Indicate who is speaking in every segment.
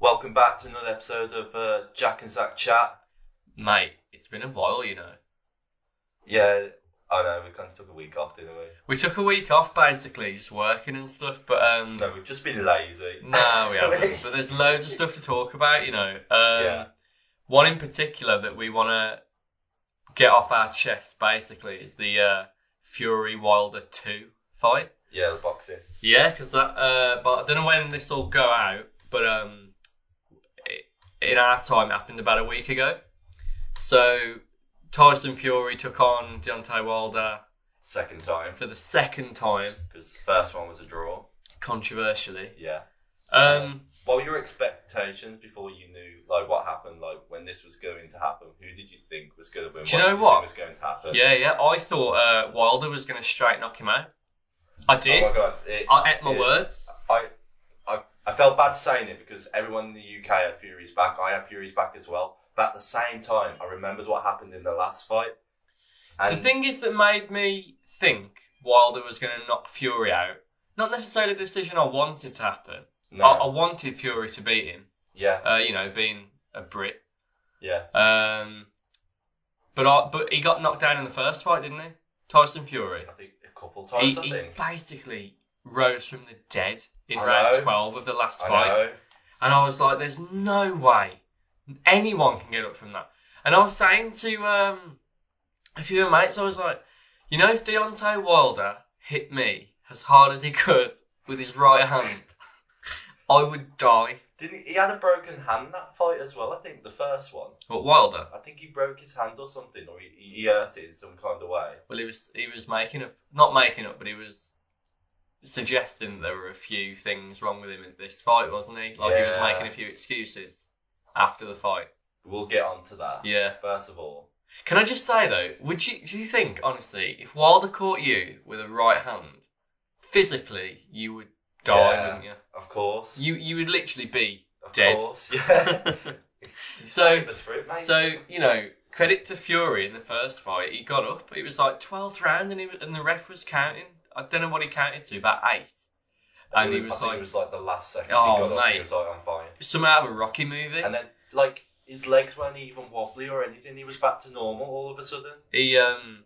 Speaker 1: Welcome back to another episode of uh, Jack and Zach Chat.
Speaker 2: Mate, it's been a while, you know.
Speaker 1: Yeah, I know, we kind of took a week off, didn't we?
Speaker 2: We took a week off basically, just working and stuff, but um
Speaker 1: No, we've just been lazy.
Speaker 2: no, we haven't. But there's loads of stuff to talk about, you know. Um
Speaker 1: Yeah.
Speaker 2: one in particular that we wanna get off our chest basically is the uh Fury Wilder two fight.
Speaker 1: Yeah, the boxing.
Speaker 2: Yeah, because that. Uh, but I don't know when this will go out, but um, i in our time, it happened about a week ago. So Tyson Fury took on Deontay Wilder
Speaker 1: Second time,
Speaker 2: for the second time,
Speaker 1: because first one was a draw.
Speaker 2: controversially.
Speaker 1: Yeah.
Speaker 2: Um,
Speaker 1: What were your expectations before you knew, like, what happened, like, when this was going to happen? Who did you think was going to win?
Speaker 2: Do you
Speaker 1: did
Speaker 2: know what?
Speaker 1: think was going to happen?
Speaker 2: yeah, yeah. I thought uh, Wilder was going to straight knock him out. I did.
Speaker 1: Oh my god. It,
Speaker 2: I ate my
Speaker 1: it-
Speaker 2: words.
Speaker 1: I, I, I felt bad saying it because everyone in the UK had Fury's back. I had Fury's back as well. But at the same time, I remembered what happened in the last fight. And
Speaker 2: The thing is that made me think Wilder was going to knock Fury out. Not necessarily the decision I wanted to happen.
Speaker 1: no,
Speaker 2: I, I wanted Fury to beat him.
Speaker 1: yeah,
Speaker 2: uh, you know, being a Brit.
Speaker 1: yeah,
Speaker 2: Um, but I, but he got knocked down in the first fight, didn't he? Tyson Fury.
Speaker 1: I think a couple
Speaker 2: He,
Speaker 1: times. I
Speaker 2: he
Speaker 1: think.
Speaker 2: basically rose from the dead in
Speaker 1: I
Speaker 2: round
Speaker 1: know.
Speaker 2: 12 of the last
Speaker 1: I
Speaker 2: fight.
Speaker 1: know.
Speaker 2: And I was like, there's no way anyone can get up from that. And I was saying to um, a few of my mates, I was like, you know, if Deontay Wilder hit me as hard as he could with his right hand, I would die.
Speaker 1: Didn't he, he had a broken hand that fight as well? I think the first one.
Speaker 2: But Wilder,
Speaker 1: I think he broke his hand or something, or he, he hurt it in some kind of way.
Speaker 2: Well, he was he was making up, not making up, but he was suggesting there were a few things wrong with him in this fight, wasn't he? Like he was
Speaker 1: Yeah.
Speaker 2: making a few excuses after the fight.
Speaker 1: We'll get on to that.
Speaker 2: Yeah.
Speaker 1: First of all,
Speaker 2: Can I just say though, would you do you think honestly, if Wilder caught you with a right hand, physically you would die,
Speaker 1: Yeah.
Speaker 2: wouldn't you?
Speaker 1: of course,
Speaker 2: You you would literally be
Speaker 1: of
Speaker 2: dead.
Speaker 1: course, yeah. He's
Speaker 2: So-
Speaker 1: famous for it, mate.
Speaker 2: So you know, credit to Fury in the first fight. He got up. It was like twelfth round, and he, was- and the ref was counting. I don't know what he counted to, about eight. And he
Speaker 1: I
Speaker 2: was
Speaker 1: think
Speaker 2: like
Speaker 1: it was like the last second.
Speaker 2: Oh,
Speaker 1: he got Up,
Speaker 2: mate.
Speaker 1: he was like, I'm fine.
Speaker 2: some out of a Rocky movie.
Speaker 1: And then like his legs weren't even wobbly or anything. He was back to normal all of a sudden.
Speaker 2: he um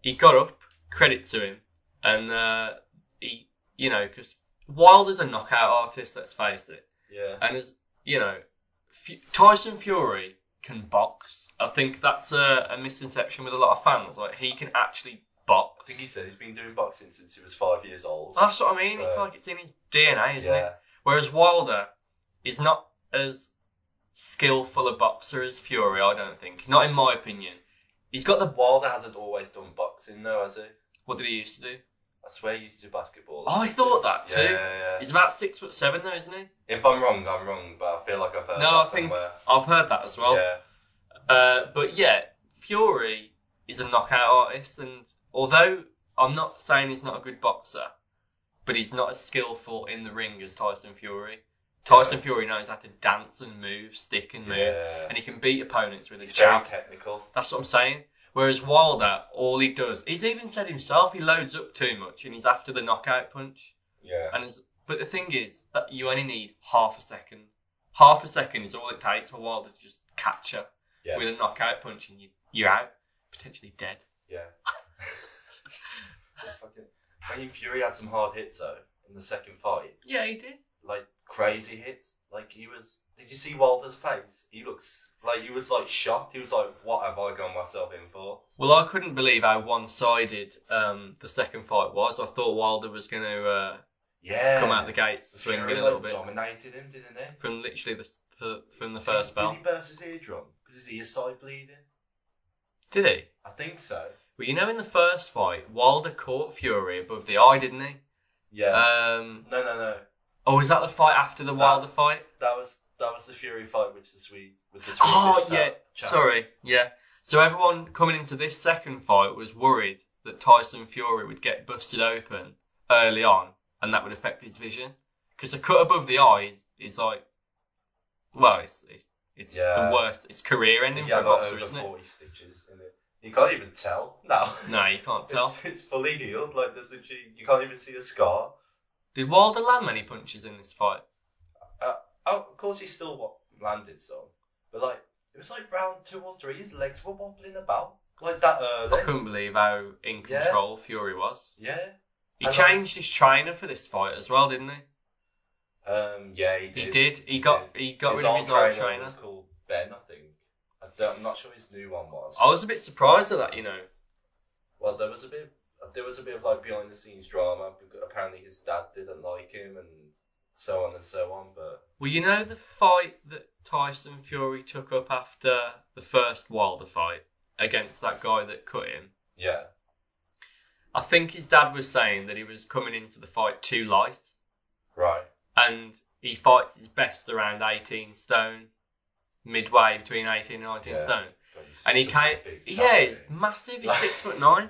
Speaker 2: he got up. Credit to him, and uh, he you know because Wilder's a knockout artist. Let's face it,
Speaker 1: Yeah.
Speaker 2: and as you know, F- Tyson Fury can box. I think that's a, a misconception with a lot of fans. Like he can actually
Speaker 1: I
Speaker 2: box.
Speaker 1: think he said he's been doing boxing since he was five years old.
Speaker 2: That's what I mean. It's
Speaker 1: So-
Speaker 2: like it's in his DNA, isn't
Speaker 1: uh, yeah.
Speaker 2: it? Whereas Wilder is not as skillful a boxer as Fury. I don't think. Not in my opinion. He's got the.
Speaker 1: Wilder hasn't always done boxing though, has he? I
Speaker 2: What did he used to do?
Speaker 1: swear he used to do basketball.
Speaker 2: Oh, I thought that too.
Speaker 1: Yeah, yeah, yeah.
Speaker 2: He's about six foot seven though, isn't he?
Speaker 1: If I'm wrong, I'm wrong, but I feel like I've heard
Speaker 2: No,
Speaker 1: that
Speaker 2: I think-
Speaker 1: somewhere.
Speaker 2: I've heard that as well.
Speaker 1: yeah.
Speaker 2: Uh, but yeah, Fury is a knockout artist, and although I'm not saying he's not a good boxer, but he's not as skillful in the ring as Tyson Fury. Tyson
Speaker 1: Yeah.
Speaker 2: Fury knows how to dance and move, stick and move,
Speaker 1: Yeah.
Speaker 2: and he can beat opponents with his
Speaker 1: He's very
Speaker 2: jab.
Speaker 1: technical.
Speaker 2: That's what I'm saying. Whereas Wilder, all he does, he's even said himself, he loads up too much and he's after the knockout punch.
Speaker 1: Yeah.
Speaker 2: And it's, but the thing is that you only need half a second. Half a second is all it takes for Wilder to just catch her
Speaker 1: Yeah.
Speaker 2: with a knockout punch, and you you're out, potentially dead.
Speaker 1: Yeah. Fucking- When Fury had some hard hits though in the second fight,
Speaker 2: Yeah, he did.
Speaker 1: like crazy hits. Like he was. Did you see Wilder's face? He looks like he was like shocked. He was like, "What have I gone myself in for?"
Speaker 2: Well, I couldn't believe how one-sided um, the second fight was. I thought Wilder was going to uh,
Speaker 1: Yeah.
Speaker 2: come out the gates swinging
Speaker 1: Fury,
Speaker 2: a
Speaker 1: like,
Speaker 2: little bit
Speaker 1: Dominated him, didn't he?
Speaker 2: from literally the s- the from the first
Speaker 1: did,
Speaker 2: bell.
Speaker 1: Did he burst his eardrum? Because his ear side bleeding.
Speaker 2: Did he?
Speaker 1: I think so.
Speaker 2: Well, you know, in the first fight, Wilder caught Fury above the eye, didn't he?
Speaker 1: Yeah.
Speaker 2: Um,
Speaker 1: no, no, no.
Speaker 2: or was that the fight after the
Speaker 1: That-
Speaker 2: Wilder fight?
Speaker 1: That was that was the Fury fight, which the Swede with the Swedish.
Speaker 2: Oh
Speaker 1: that
Speaker 2: yeah,
Speaker 1: chap.
Speaker 2: sorry, yeah. So everyone coming into this second fight was worried that Tyson Fury would get busted open early on, and that would affect his vision. Because a cut above the eye is, is like, well, it's it's, it's
Speaker 1: Yeah.
Speaker 2: the worst. It's career ending
Speaker 1: Yeah,
Speaker 2: for a
Speaker 1: like
Speaker 2: boxer,
Speaker 1: over
Speaker 2: isn't it?
Speaker 1: forty stitches in it. You can't even tell. No.
Speaker 2: No, you can't tell.
Speaker 1: It's, it's fully healed. Like there's literally you can't even see a scar.
Speaker 2: Did Wilder land many punches in this fight?
Speaker 1: Oh, of course, he still wa- landed some, but like it was like round two or three, his legs were wobbling about like that
Speaker 2: I
Speaker 1: early.
Speaker 2: couldn't believe how in
Speaker 1: Yeah.
Speaker 2: control Fury was.
Speaker 1: Yeah. And,
Speaker 2: He
Speaker 1: like-
Speaker 2: changed his trainer for this fight as well, didn't he?
Speaker 1: Um. Yeah, he did.
Speaker 2: He did. He got he got
Speaker 1: his
Speaker 2: rid of
Speaker 1: old
Speaker 2: his old
Speaker 1: trainer
Speaker 2: trainer.
Speaker 1: was called Ben, I think. I don't, I'm not sure his new one was.
Speaker 2: I was a bit surprised at that, you know.
Speaker 1: Well, there was a bit, there was a bit of like behind the scenes drama. Because apparently, his dad didn't like him, and so on and so on. But
Speaker 2: Well, you know the fight that Tyson Fury took up after the first Wilder fight against that guy that cut him.
Speaker 1: yeah,
Speaker 2: I think his dad was saying that he was coming into the fight too light,
Speaker 1: right.
Speaker 2: and he fights his best around 18 stone, midway between 18 and 19
Speaker 1: Yeah.
Speaker 2: stone.
Speaker 1: God, he's
Speaker 2: and he
Speaker 1: such a
Speaker 2: came.
Speaker 1: big
Speaker 2: Yeah,
Speaker 1: chap,
Speaker 2: he's
Speaker 1: isn't he?
Speaker 2: massive. He's six foot nine.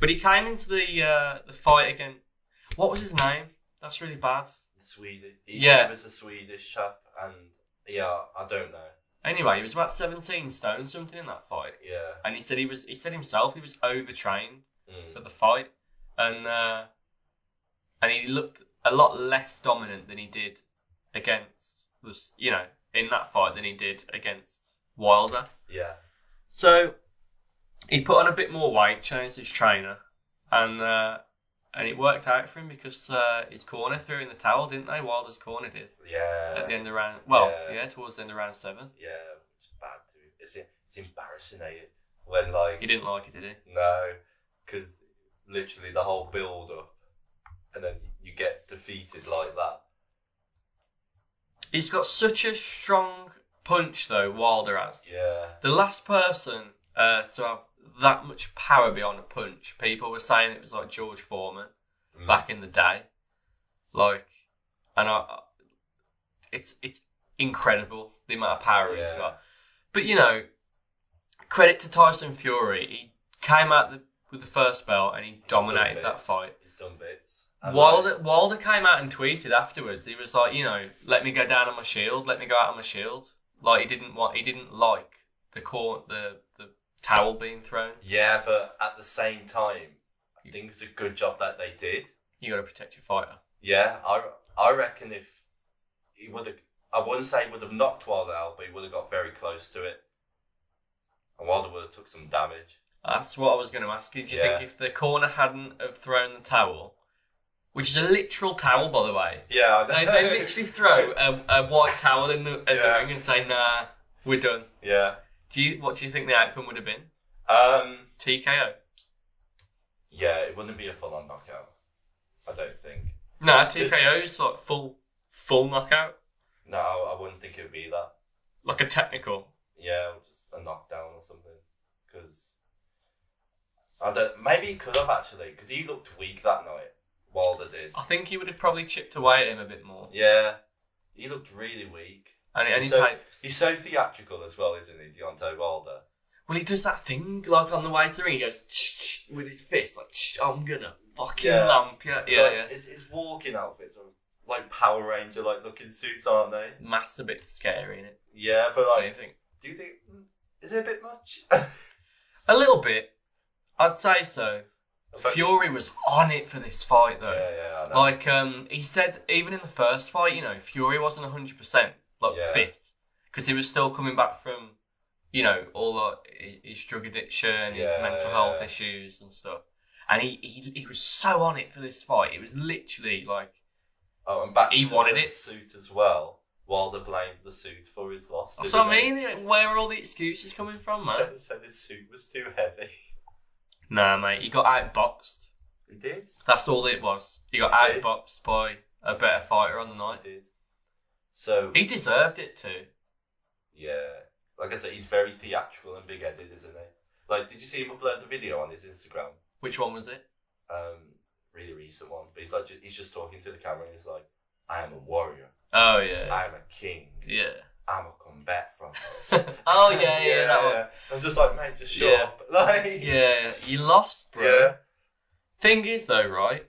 Speaker 2: But he came into the uh, the fight again. What was his name? That's really bad.
Speaker 1: Swedish. He,
Speaker 2: Yeah.
Speaker 1: he was a Swedish chap, and yeah, I don't know.
Speaker 2: Anyway, he was about 17 stone something in that fight,
Speaker 1: Yeah.
Speaker 2: and he said he was. He said himself he was overtrained
Speaker 1: Mm.
Speaker 2: for the fight, and uh, and he looked a lot less dominant than he did against was you know in that fight than he did against Wilder.
Speaker 1: Yeah.
Speaker 2: So he put on a bit more weight, changed his trainer, and uh, and it worked out for him because uh, his corner threw in the towel, didn't they? Wilder's corner did
Speaker 1: Yeah.
Speaker 2: at the end of round. Well,
Speaker 1: Yeah.
Speaker 2: yeah, towards the end of round seven.
Speaker 1: Yeah. It's bad. Too. It's it's embarrassing, eh? When like
Speaker 2: He didn't like it, did he?
Speaker 1: No, because literally the whole build up, and then you get defeated like that.
Speaker 2: He's got such a strong punch though. Wilder has
Speaker 1: Yeah,
Speaker 2: the last person uh, to have that much power beyond a punch. People were saying it was like George Foreman.
Speaker 1: Mm.
Speaker 2: back in the day. Like, and I, I- it's it's incredible the amount of power he's
Speaker 1: Yeah.
Speaker 2: got. But you know, credit to Tyson Fury, he came out the, with the first belt and he
Speaker 1: He's done
Speaker 2: dominated that
Speaker 1: bits.
Speaker 2: fight.
Speaker 1: He's done bits. And,
Speaker 2: Wilder
Speaker 1: like,
Speaker 2: Wilder came out and tweeted afterwards. He was like, you know, let me go down on my shield, let me go out on my shield. Like he didn't want, he didn't like the court, the the towel being thrown.
Speaker 1: yeah, but at the same time, I think it's a good job that they did.
Speaker 2: You got to protect your fighter.
Speaker 1: Yeah, I I reckon if he would have, I wouldn't say he would have knocked Wilder out, but he would have got very close to it, and Wilder would have took some damage.
Speaker 2: That's what I was going to ask you. Do you
Speaker 1: Yeah.
Speaker 2: think if the corner hadn't have thrown the towel, which is a literal towel by the way,
Speaker 1: Yeah,
Speaker 2: they, they literally throw a, a white towel in the, in
Speaker 1: Yeah.
Speaker 2: the ring and say, "Nah, we're done."
Speaker 1: yeah.
Speaker 2: Do you what do you think the outcome would have been?
Speaker 1: Um.
Speaker 2: TKO?
Speaker 1: Yeah, it wouldn't be a full on knockout. I don't think.
Speaker 2: No, TKO is like full full knockout,
Speaker 1: No, I I wouldn't think it would be that.
Speaker 2: like a technical.
Speaker 1: Yeah, or just a knockdown or something. Because I don't. Maybe he could have actually, because he looked weak that night. Wilder did.
Speaker 2: I think he would have probably chipped away at him a bit more.
Speaker 1: Yeah, he looked really weak.
Speaker 2: And, and he
Speaker 1: So-
Speaker 2: takes-
Speaker 1: He's so theatrical as well, isn't he, Deontay Wilder?
Speaker 2: well, he does that thing like on the way to the ring. He goes "Shh, shh," with his fist, like "Shh, "I'm gonna fucking
Speaker 1: Yeah.
Speaker 2: lamp you." Yeah,
Speaker 1: Like,
Speaker 2: yeah.
Speaker 1: His, his walking outfits are like Power Ranger like looking suits, aren't they?
Speaker 2: Matt's a bit scary in it.
Speaker 1: Yeah, but
Speaker 2: What do you
Speaker 1: like,
Speaker 2: think?
Speaker 1: do you think mm, is it a bit much?
Speaker 2: A little bit. I'd say so.
Speaker 1: But-
Speaker 2: Fury was on it for this fight
Speaker 1: Yeah,
Speaker 2: though.
Speaker 1: yeah, I know.
Speaker 2: Like um he said even in the first fight, you know, Fury wasn't 100% like
Speaker 1: Yeah.
Speaker 2: fit because he was still coming back from you know all the, hi- his drug addiction, his
Speaker 1: Yeah,
Speaker 2: mental health
Speaker 1: yeah.
Speaker 2: issues and stuff. And he, he he was so on it for this fight. It was literally like
Speaker 1: Oh, and back
Speaker 2: He
Speaker 1: to
Speaker 2: wanted
Speaker 1: the
Speaker 2: it.
Speaker 1: suit as well. Wilder blamed the suit for his loss.
Speaker 2: that's
Speaker 1: didn't
Speaker 2: what I
Speaker 1: he?
Speaker 2: mean. like, Where are all the excuses coming from, man?
Speaker 1: Said, said his suit was too heavy.
Speaker 2: nah, mate, he got outboxed.
Speaker 1: He did.
Speaker 2: That's all it was. He got
Speaker 1: Did.
Speaker 2: outboxed by a better fighter on the
Speaker 1: I
Speaker 2: night.
Speaker 1: did. So
Speaker 2: He deserved it too.
Speaker 1: yeah, like I said, he's very theatrical and big-headed, isn't he? Like, did you see him upload the video on his Instagram?
Speaker 2: Which one was it?
Speaker 1: Um, really recent one. But he's like, ju- he's just talking to the camera and he's like, "I am a warrior.
Speaker 2: Oh yeah,
Speaker 1: I am a king.
Speaker 2: yeah.
Speaker 1: I'm a combat from." this."
Speaker 2: oh yeah, yeah, yeah, that one.
Speaker 1: I'm just like, mate, just shut
Speaker 2: Yeah.
Speaker 1: up. Like,
Speaker 2: Yeah, you lost, bro.
Speaker 1: yeah,
Speaker 2: Thing is though, right?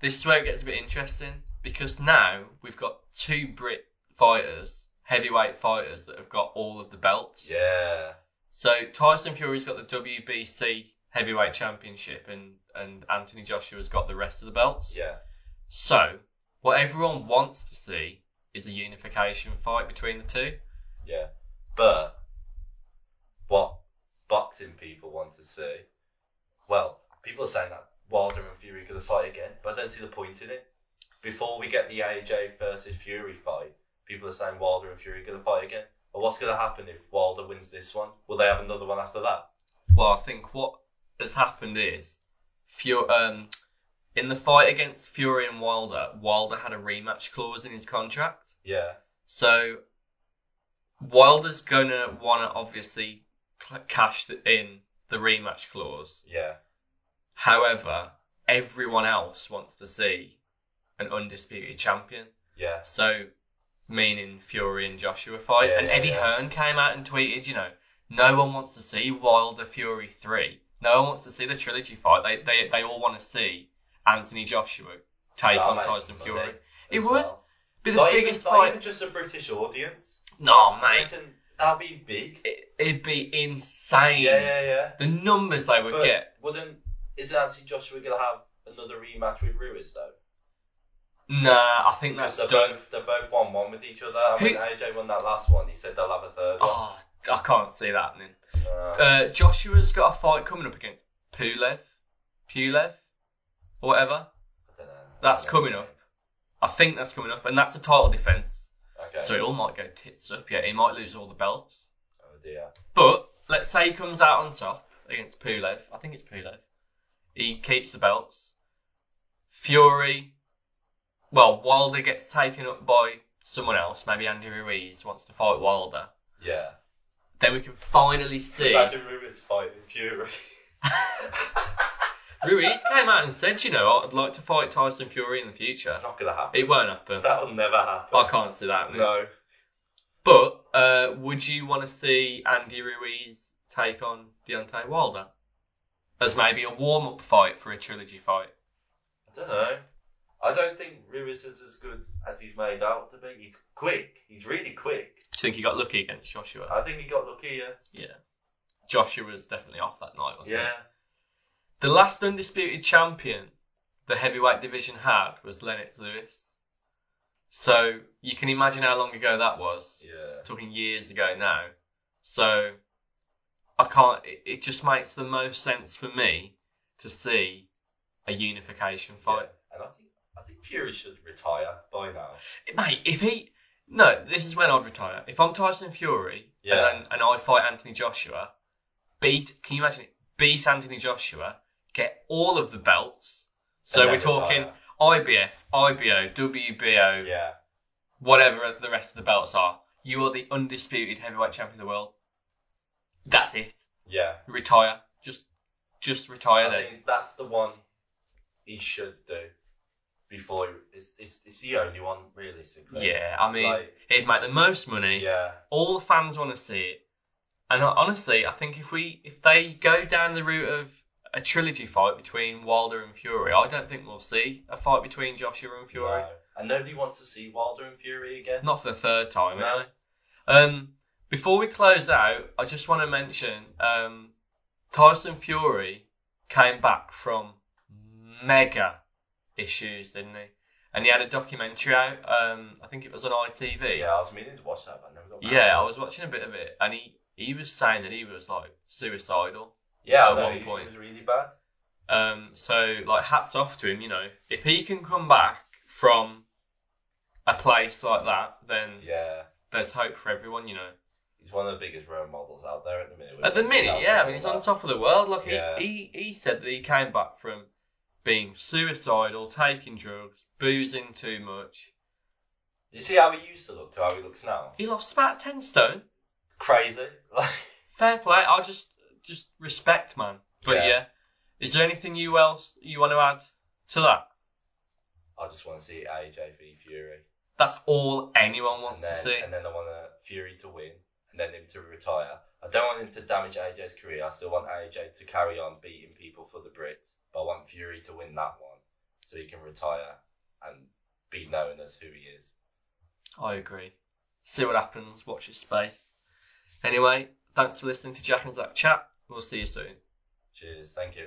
Speaker 2: This is where it gets a bit interesting because now we've got two Brit fighters, heavyweight fighters that have got all of the belts.
Speaker 1: yeah.
Speaker 2: So Tyson Fury's got the WBC heavyweight championship, and and Anthony Joshua's got the rest of the belts.
Speaker 1: yeah.
Speaker 2: So, what everyone wants to see is a unification fight between the two.
Speaker 1: Yeah. But what boxing people want to see, well, people are saying that Wilder and Fury are going to fight again, but I don't see the point in it. Before we get the AJ versus Fury fight, people are saying Wilder and Fury are going to fight again. But what's going to happen if Wilder wins this one? Will they have another one after that?
Speaker 2: Well, I think what has happened is, Fury, um, in the fight against Fury and Wilder, Wilder had a rematch clause in his contract.
Speaker 1: Yeah.
Speaker 2: So Wilder's gonna wanna obviously cl- cash th- in the rematch clause.
Speaker 1: Yeah.
Speaker 2: However, everyone else wants to see an undisputed champion.
Speaker 1: Yeah.
Speaker 2: So, meaning Fury and Joshua fight.
Speaker 1: Yeah,
Speaker 2: and
Speaker 1: yeah,
Speaker 2: Eddie
Speaker 1: yeah.
Speaker 2: Hearn came out and tweeted, you know, no one wants to see Wilder Fury 3. No one wants to see the trilogy fight. They they, they all want to see Anthony Joshua take
Speaker 1: That'll
Speaker 2: on
Speaker 1: make
Speaker 2: Tyson
Speaker 1: money
Speaker 2: Fury.
Speaker 1: as
Speaker 2: It would
Speaker 1: well.
Speaker 2: be the
Speaker 1: not
Speaker 2: biggest
Speaker 1: even, not even
Speaker 2: fight.
Speaker 1: just a British audience.
Speaker 2: No, mate.
Speaker 1: They can- That'd be big.
Speaker 2: It, it'd be insane.
Speaker 1: Yeah, yeah, yeah.
Speaker 2: The numbers they would
Speaker 1: But
Speaker 2: get.
Speaker 1: wouldn't isn't Anthony Joshua gonna have another rematch with Ruiz though?
Speaker 2: Nah, I think
Speaker 1: Because
Speaker 2: that's
Speaker 1: they're
Speaker 2: done.
Speaker 1: both they're both one one with each other. And
Speaker 2: Who-
Speaker 1: when AJ won that last one, he said they'll have a third one.
Speaker 2: Oh, I can't see that happening.
Speaker 1: Uh,
Speaker 2: Uh, Joshua's got a fight coming up against Pulev. Pulev? Or whatever.
Speaker 1: I don't know.
Speaker 2: That's
Speaker 1: I don't
Speaker 2: coming
Speaker 1: know.
Speaker 2: up. I think that's coming up, and that's a title defence.
Speaker 1: Okay.
Speaker 2: So it all might go tits up, yeah. He might lose all the belts.
Speaker 1: Oh dear.
Speaker 2: But let's say he comes out on top against Pulev. I think it's Pulev. He keeps the belts. Fury. Well, Wilder gets taken up by someone else. Maybe Andrew Ruiz wants to fight Wilder.
Speaker 1: Yeah.
Speaker 2: Then we can finally see.
Speaker 1: Imagine Ruiz fighting Fury.
Speaker 2: Ruiz came out and said, you know, I'd like to fight Tyson Fury in the future.
Speaker 1: It's not gonna happen.
Speaker 2: It won't happen.
Speaker 1: That'll never happen.
Speaker 2: Oh, I can't see that. happening.
Speaker 1: No.
Speaker 2: But uh, would you want to see Andy Ruiz take on Deontay Wilder as maybe a warm-up fight for a trilogy fight?
Speaker 1: I don't know. I don't think Ruiz is as good as he's made out to be. He's quick. He's really quick.
Speaker 2: Do you think he got lucky against Joshua?
Speaker 1: I think he got lucky. Yeah.
Speaker 2: Yeah, Joshua was definitely off that night, wasn't
Speaker 1: Yeah.
Speaker 2: he? The last undisputed champion the heavyweight division had was Lennox Lewis. So you can imagine how long ago that was.
Speaker 1: Yeah.
Speaker 2: talking years ago now. So I can't. It, it just makes the most sense for me to see a unification fight.
Speaker 1: Yeah. And I think I think Fury should retire by now.
Speaker 2: Mate, if he no, this is when I'd retire. If I'm Tyson Fury
Speaker 1: Yeah.
Speaker 2: and and I fight Anthony Joshua, beat. Can you imagine it? Beat Anthony Joshua, get all of the belts. So
Speaker 1: And
Speaker 2: we're
Speaker 1: then
Speaker 2: talking
Speaker 1: retire.
Speaker 2: IBF, IBO, WBO,
Speaker 1: Yeah.
Speaker 2: whatever the rest of the belts are. You are the undisputed heavyweight champion of the world. That's it.
Speaker 1: Yeah.
Speaker 2: retire. Just just retire
Speaker 1: I
Speaker 2: then.
Speaker 1: think that's the one he should do before. He, it's, it's it's the only one realistically.
Speaker 2: yeah, I mean,
Speaker 1: like-
Speaker 2: it'd make the most money.
Speaker 1: Yeah.
Speaker 2: All the fans want to see it. And I, honestly, I think if we if they go down the route of a trilogy fight between Wilder and Fury, I don't think we'll see a fight between Joshua and Fury.
Speaker 1: No. And nobody wants to see Wilder and Fury again.
Speaker 2: Not for the third time,
Speaker 1: No.
Speaker 2: anyway. Um, before we close out, I just want to mention um, Tyson Fury came back from mega issues, didn't he? And he had a documentary out. Um, I think it was on ITV.
Speaker 1: Yeah, I was meaning to watch that, but I never got. round
Speaker 2: Yeah,
Speaker 1: to
Speaker 2: I
Speaker 1: it.
Speaker 2: was watching a bit of it, and he he was saying that he was like suicidal.
Speaker 1: Yeah,
Speaker 2: at
Speaker 1: at
Speaker 2: one
Speaker 1: one
Speaker 2: point.
Speaker 1: it was really bad.
Speaker 2: Um, so like hats off to him. You know, if he can come back from a place like that, then
Speaker 1: Yeah.
Speaker 2: there's hope for everyone. You know.
Speaker 1: He's one of the biggest role models out there at the minute.
Speaker 2: At the minute, yeah, I mean, he's on top of the world. Like,
Speaker 1: Yeah.
Speaker 2: he, he, he said that he came back from being suicidal, taking drugs, boozing too much.
Speaker 1: You see how he used to look to how he looks now?
Speaker 2: He lost about 10 stone.
Speaker 1: Crazy. Like,
Speaker 2: Fair play. I just, just respect, man. But yeah.
Speaker 1: Yeah.
Speaker 2: Is there anything you else you want to add to that?
Speaker 1: I just want to see AJ v Fury.
Speaker 2: That's all anyone
Speaker 1: And
Speaker 2: wants
Speaker 1: then,
Speaker 2: to see.
Speaker 1: and then I want a Fury to win, and then him to retire. I don't want him to damage AJ's career. I still want AJ to carry on beating people for the Brits, but I want Fury to win that one so he can retire and be known as who he is.
Speaker 2: I agree. See what happens. Watch his space. Anyway, thanks for listening to Jack and Zach Chat. We'll see you soon.
Speaker 1: Cheers. Thank you.